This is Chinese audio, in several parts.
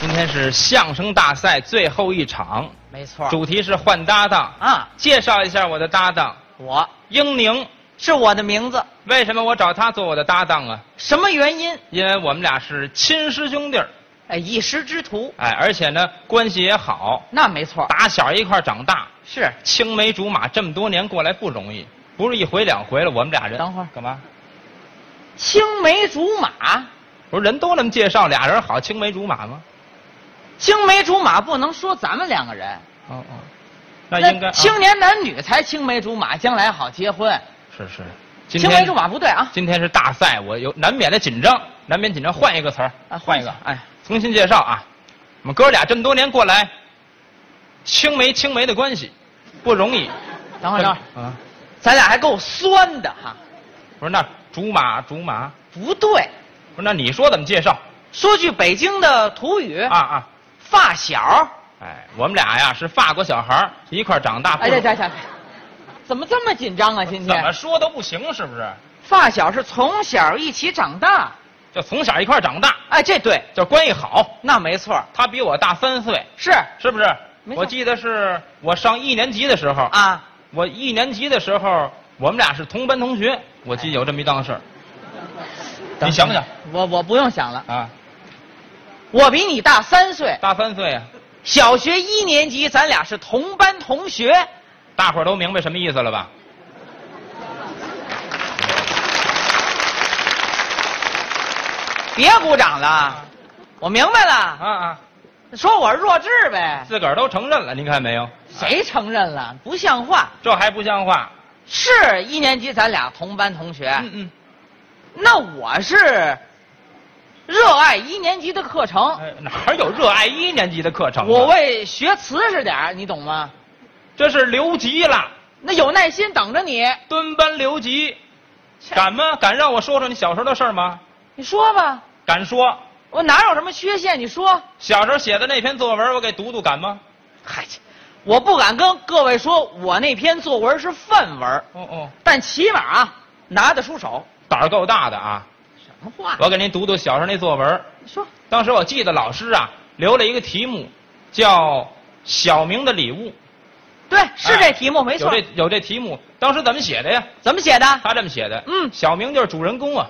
今天是相声大赛最后一场，没错。主题是换搭档。啊，介绍一下我的搭档我英宁，是我的名字，为什么我找他做我的搭档啊？什么原因？因为我们俩是亲师兄弟儿，哎，一时之徒，哎，而且呢关系也好，那没错，打小一块儿长大，是青梅竹马这么多年过来不容易，不是一回两回了。我们俩人等会儿干嘛？青梅竹马。不是人都那么介绍，俩人好青梅竹马吗？青梅竹马不能说咱们两个人，哦哦，那应该啊青年男女才青梅竹马，将来好结婚。是是，今青天梅竹马不对啊，今天是大赛，我有难免的紧张，难免紧张，换一个词儿啊换一个，哎，重新介绍啊。我们哥俩这么多年过来，青梅青梅的关系不容易。等会儿等会儿，啊，咱俩还够酸的哈，不是那竹马竹马，不对。不是那你说怎么介绍说句北京的土语，啊啊？发小。哎，我们俩呀是法国小孩儿一块儿长啊大，不哎容呀易呀呀，怎么这么紧张啊？今怎么天说都不行，是不是？发小是从小一起长大，就从小一块儿长大，哎，这对，就关系好。那没错，他比我大三岁，是是不是？没错我记得是我上一年级的时候，啊，我一年级的时候，我们俩是同班同学，我记得有这么一档事儿。哎你想想，我我不用想了，啊，我比你大三岁，大三岁啊，小学一年级咱俩是同班同学，大伙儿都明白什么意思了吧？别鼓掌了，我明白了，啊啊，说我是弱智呗，自个儿都承认了，您看没有？谁承认了？不像话，这还不像话？是一年级咱俩同班同学，嗯嗯，那我是热爱一年级的课程，哎哪儿有热爱一年级的课程啊？我为学瓷实点儿，你懂吗？这是留级了，那有耐心等着你，蹲班留级，切敢吗？敢让我说说你小时候的事儿吗？你说吧，敢说？我哪有什么缺陷？你说，小时候写的那篇作文，我给读读，敢吗？嗨，我不敢跟各位说我那篇作文是范文，哦哦，但起码啊拿得出手。胆儿够大的啊！什么话？我给您读读小时候那作文。你说当时我记得老师啊留了一个题目，叫《小明的礼物》，对，是这题目、没哎有错。这有这题目。当时怎么写的呀？怎么写的？他这么写的，嗯小明就是主人公啊，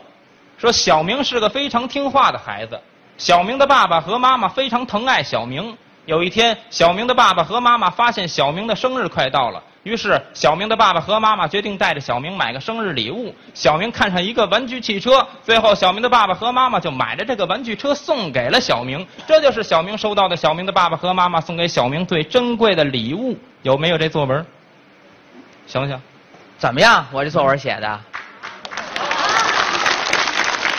说小明是个非常听话的孩子，小明的爸爸和妈妈非常疼爱小明。有一天，小明的爸爸和妈妈发现小明的生日快到了，于是小明的爸爸和妈妈决定带着小明买个生日礼物。小明看上一个玩具汽车，最后小明的爸爸和妈妈就买了这个玩具车送给了小明。这就是小明收到的小明的爸爸和妈妈送给小明最珍贵的礼物。有没有这作文？想想，怎么样？我这作文写的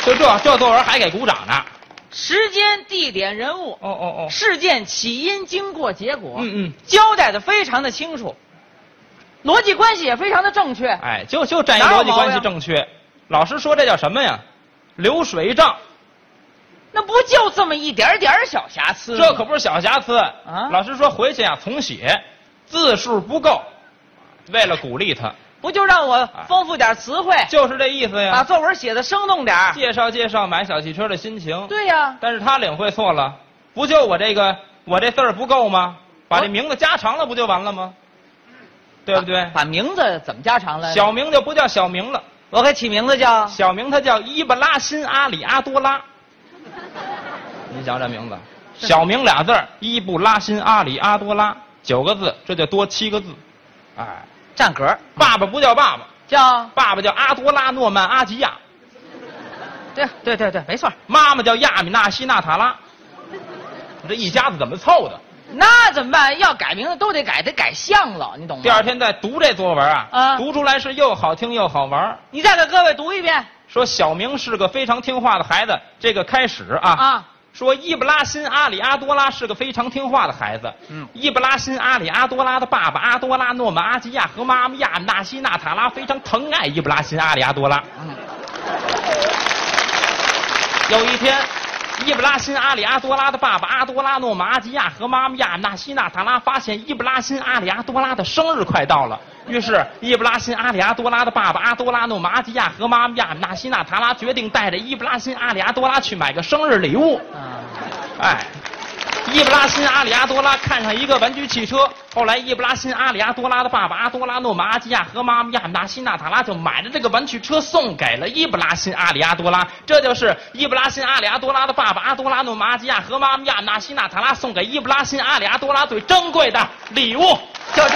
就这这作文还给鼓掌呢。时间、地点、人物、哦哦事件起因、经过、结果，嗯嗯交代的非常的清楚，逻辑关系也非常的正确。哦，哎，就就占一哪有逻辑毛病关系正确。老师说这叫什么呀？流水账，那不就这么一点点儿小瑕疵吗？这可不是小瑕疵。啊老师说回去啊重写，字数不够，为了鼓励他，不就让我丰富点词汇，就是哎这意思哎把呀。作文写的生动点儿？介绍介绍买小汽车的心情。对呀、但是他领会错了，不就我这个我这字儿不够吗？把这啊名字加长了不就完了吗？对不对把？把名字怎么加长了？小明就不叫小明了，我给起名字叫小明他叫伊布拉辛阿里阿多拉。您想这名字，小明俩字儿，伊布拉辛阿里阿多拉，九个字，这就多七个字。哎，站格，爸爸不叫爸爸，叫爸爸叫阿多拉诺曼阿吉亚，对对对对，没错。妈妈叫亚米纳西纳塔拉。你这一家子怎么凑的？那怎么办？要改名字都得改，得改相了，你懂吗？第二，天再读这作文啊，啊读出来是又好听又好玩儿。你再给各位读一遍说小明是个非常听话的孩子，这个开始啊。啊！说伊布拉辛阿里阿多拉是个非常听话的孩子。嗯伊布拉辛阿里阿多拉的爸爸阿多拉诺曼阿吉亚和妈妈亚纳西纳塔拉非常疼爱伊布拉辛阿里阿多拉。嗯有一天，伊布拉辛阿里阿多拉的爸爸阿多拉诺马阿吉亚和妈妈亚纳西纳塔拉发现伊布拉辛阿里阿多拉的生日快到了，于是伊布拉辛阿里阿多拉的爸爸阿多拉诺马阿吉亚和妈妈亚纳西纳塔拉决定带着伊布拉辛阿里阿多拉去买个生日礼物。啊，哎，伊布拉辛·阿里阿多拉看上一个玩具汽车，后来伊布拉辛·阿里阿多拉的爸爸阿多拉诺·马阿基亚和妈妈亚纳西纳塔拉就买了这个玩具车送给了伊布拉辛·阿里阿多拉，这就是伊布拉辛·阿里阿多拉的爸爸阿多拉诺·马阿基亚和妈妈亚纳西纳塔拉送给伊布拉辛·阿里阿多拉最珍贵的礼物，就这。